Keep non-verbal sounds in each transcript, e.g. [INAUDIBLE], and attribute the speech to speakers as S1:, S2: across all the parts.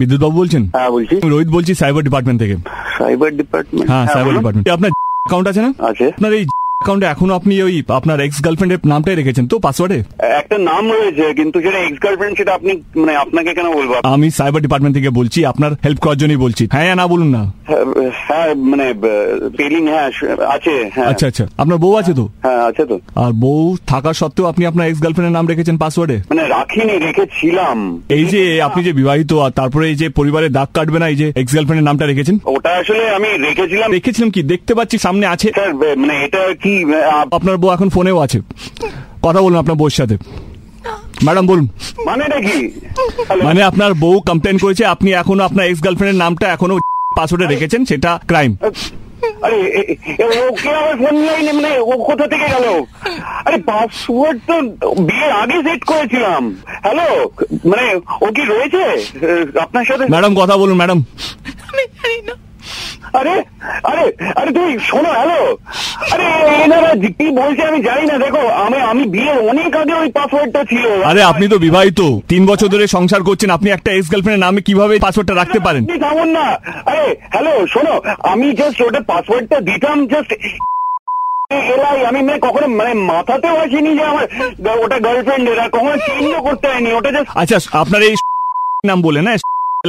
S1: বিদ্যুৎ বাবু বলছেন
S2: হ্যাঁ বলছি
S1: আমি রোহিত বলছি সাইবার ডিপার্টমেন্ট থেকে
S2: সাইবার ডিপার্টমেন্ট
S1: হ্যাঁ সাইবার ডিপার্টমেন্ট আপনার অ্যাকাউন্ট আছে না
S2: আছে
S1: আপনার এই অ্যাকাউন্টে এখনো আপনি ওই আপনার এক্স গার্লফ্রেন্ডের নামটাই রেখেছেন তো পাসওয়ার্ডে
S2: একটা নাম রয়েছে কিন্তু সেটা এক্স গার্লফ্রেন্ড সেটা আপনি মানে আপনাকে কেন বলবো
S1: আমি সাইবার ডিপার্টমেন্ট থেকে বলছি আপনার হেল্প করার জন্যই বলছি হ্যাঁ না বলুন না
S2: হ্যাঁ, হ্যাঁ মানে পেলিং হ্যাঁ আছে হ্যাঁ
S1: আচ্ছা আচ্ছা আপনার বউ আছে তো
S2: হ্যাঁ আছে তো
S1: আর বউ থাকা সত্ত্বেও আপনি আপনার এক্স গার্লফ্রেন্ডের নাম রেখেছেন পাসওয়ার্ডে
S2: মানে রাখিনি রেখেছিলাম
S1: এই যে আপনি যে বিবাহিত আর তারপরে এই যে পরিবারে দাগ কাটবে না এই যে এক্স গার্লফ্রেন্ডের নামটা রেখেছেন
S2: ওটা আসলে আমি রেখেছিলাম
S1: দেখেছিলাম কি দেখতে পাচ্ছি সামনে আছে
S2: স্যার মানে এটা কি আহ,
S1: আপনার বউ এখন ফোনেও আছে কথা বলুন আপনার বউর সাথে ম্যাডাম বলুন
S2: মানেটা মানে
S1: [LAUGHS]
S2: কি Hello?
S1: মানে আপনার বউ কমপ্লেন করেছে আপনি এখনো আপনার এক্স গার্লফ্রেন্ডের নামটা এখনো পাসওয়ার্ডে রেখেছেন সেটা ক্রাইম
S2: আরে এ- এ- ওকে আমার ফোন লাইন মানে ও কোথা থেকে গেল আরে পাসওয়ার্ড তো বিয়ের আগে সেট করেছিলাম হ্যালো মানে ও কি রয়েছে এ, আপনার সাথে
S1: ম্যাডাম কথা বলুন ম্যাডাম
S3: আমি জানি না
S2: আরে আরে আরে তুই শোনো হ্যালো আরে এনারা যে- কি বলছে আমি জানি না দেখো আমি আমি বিয়ের অনেক আগে ওই পাসওয়ার্ডটা ছিল
S1: আরে আপনি তো বিবাহিত তিন বছর ধরে সংসার করছেন আপনি একটা এক্স গার্লফ্রেন্ডের নামে কিভাবে পাসওয়ার্ডটা রাখতে পারেন
S2: আপনি থামুন না আরে হ্যালো শোনো আমি জাস্ট ওটা পাসওয়ার্ডটা দিতাম জাস্ট এলাই আমি মানে কখনো মানে মাথাতেও আসেনি যে আমার গা- ওটা গার্লফ্রেন্ড এরা কখনো চিহ্ন করতে হয়নি ওটা জাস্ট
S1: আচ্ছা আপনার এই নাম বলে না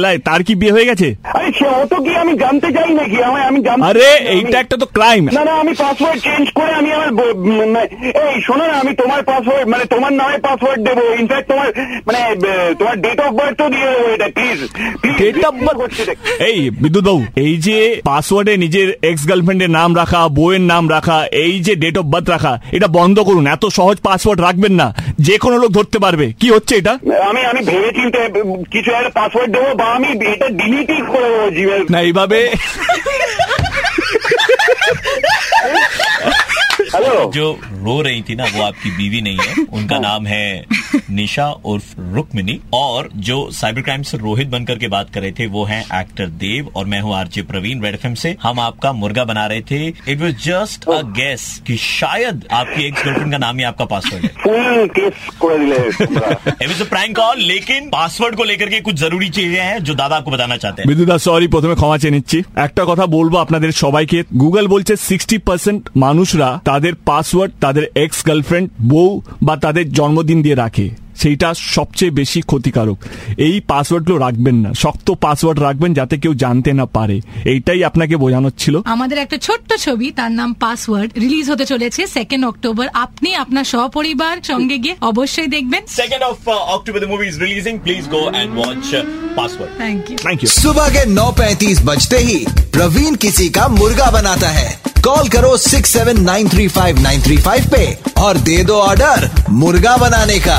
S1: লাই, তার কি বিয়ে হয়ে গেছে
S2: আরে সে অত কি আমি জানতে চাই নাকি আমার আমি জানতে
S1: আরে
S2: চাই না, আমি-
S1: এইটা একটা তো ক্রাইম
S2: না না আমি পাসওয়ার্ড চেঞ্জ করে আমি আমার ব- ম- ম- এই শোনো না আমি তোমার পাসওয়ার্ড মানে তোমার নামে পাসওয়ার্ড দেবো ইনফ্যাক্ট তোমার মানে ব- তোমার ডেট অফ বার্থ তো দিয়ে দেবো এটা প্লিজ
S1: Date of birth? এই বিদ্যুৎ বাবু এই যে পাসওয়ার্ডে নিজের এক্স গার্লফ্রেন্ডের নাম রাখা বইয়ের নাম রাখা এই যে ডেট অফ বার্থ রাখা এটা বন্ধ করুন এত সহজ পাসওয়ার্ড রাখবেন না যে কোনো লোক ধরতে পারবে কি হচ্ছে এটা
S2: আমি আমি ভেবে চিনতে কিছু একটা পাসওয়ার্ড দেবো বা আমি এটা ডিলিটই করে দেবো জিমেল
S1: না এইভাবে
S2: হ্যালো
S4: जो रो रही थी ना वो आपकी बीवी नहीं है उनका नाम है निशा उर्फ रुक्मिनी और जो साइबर क्राइम से रोहित बनकर के बात कर रहे थे वो हैं एक्टर देव और मैं हूँ आरजे प्रवीण रेड एफ से हम आपका मुर्गा बना रहे थे it was just a guess कि शायद आपकी एक्स गर्लफ्रेंड का नाम ही आपका पासवर्ड है
S2: ফুল কেস করে দিলে তোমরা।
S4: It was a prank call लेकिन पासवर्ड को लेकर के कुछ जरूरी चीजें हैं जो दादा आपको बताना चाहते हैं
S1: বিদ্যুৎ সরি প্রথমে ক্ষমা চেয়ে নিচ্ছি একটা কথা বলবো আপনাদের সবাইকে গুগল বলছে সিক্সটি পার্সেন্ট মানুষরা তাদের পাসওয়ার্ড তাদের এক্স গার্লফ্রেন্ড বউ বা তাদের জন্মদিন দিয়ে রাখে সেইটা সবচেয়ে বেশি ক্ষতিকারক এই পাসওয়ার্ডগুলো রাখবেন না শক্ত পাসওয়ার্ড রাখবেন যাতে কেউ জানতে না পারে এইটাই আপনাকে বোঝানোর ছিল
S3: আমাদের একটা ছোট্ট ছবি তার নাম পাসওয়ার্ড রিলিজ হতে চলেছে সেকেন্ড অক্টোবর আপনি আপনার সপরিবার সঙ্গে গিয়ে অবশ্যই দেখবেন
S4: second of October the movie is releasing please go and watch password
S3: thank you
S1: thank you
S5: सुबह के 9:35 बजते ही प्रवीण किसी का मुर्गा बनाता है कॉल करो 67935935 पे और दे दो ऑर्डर मुर्गा बनाने का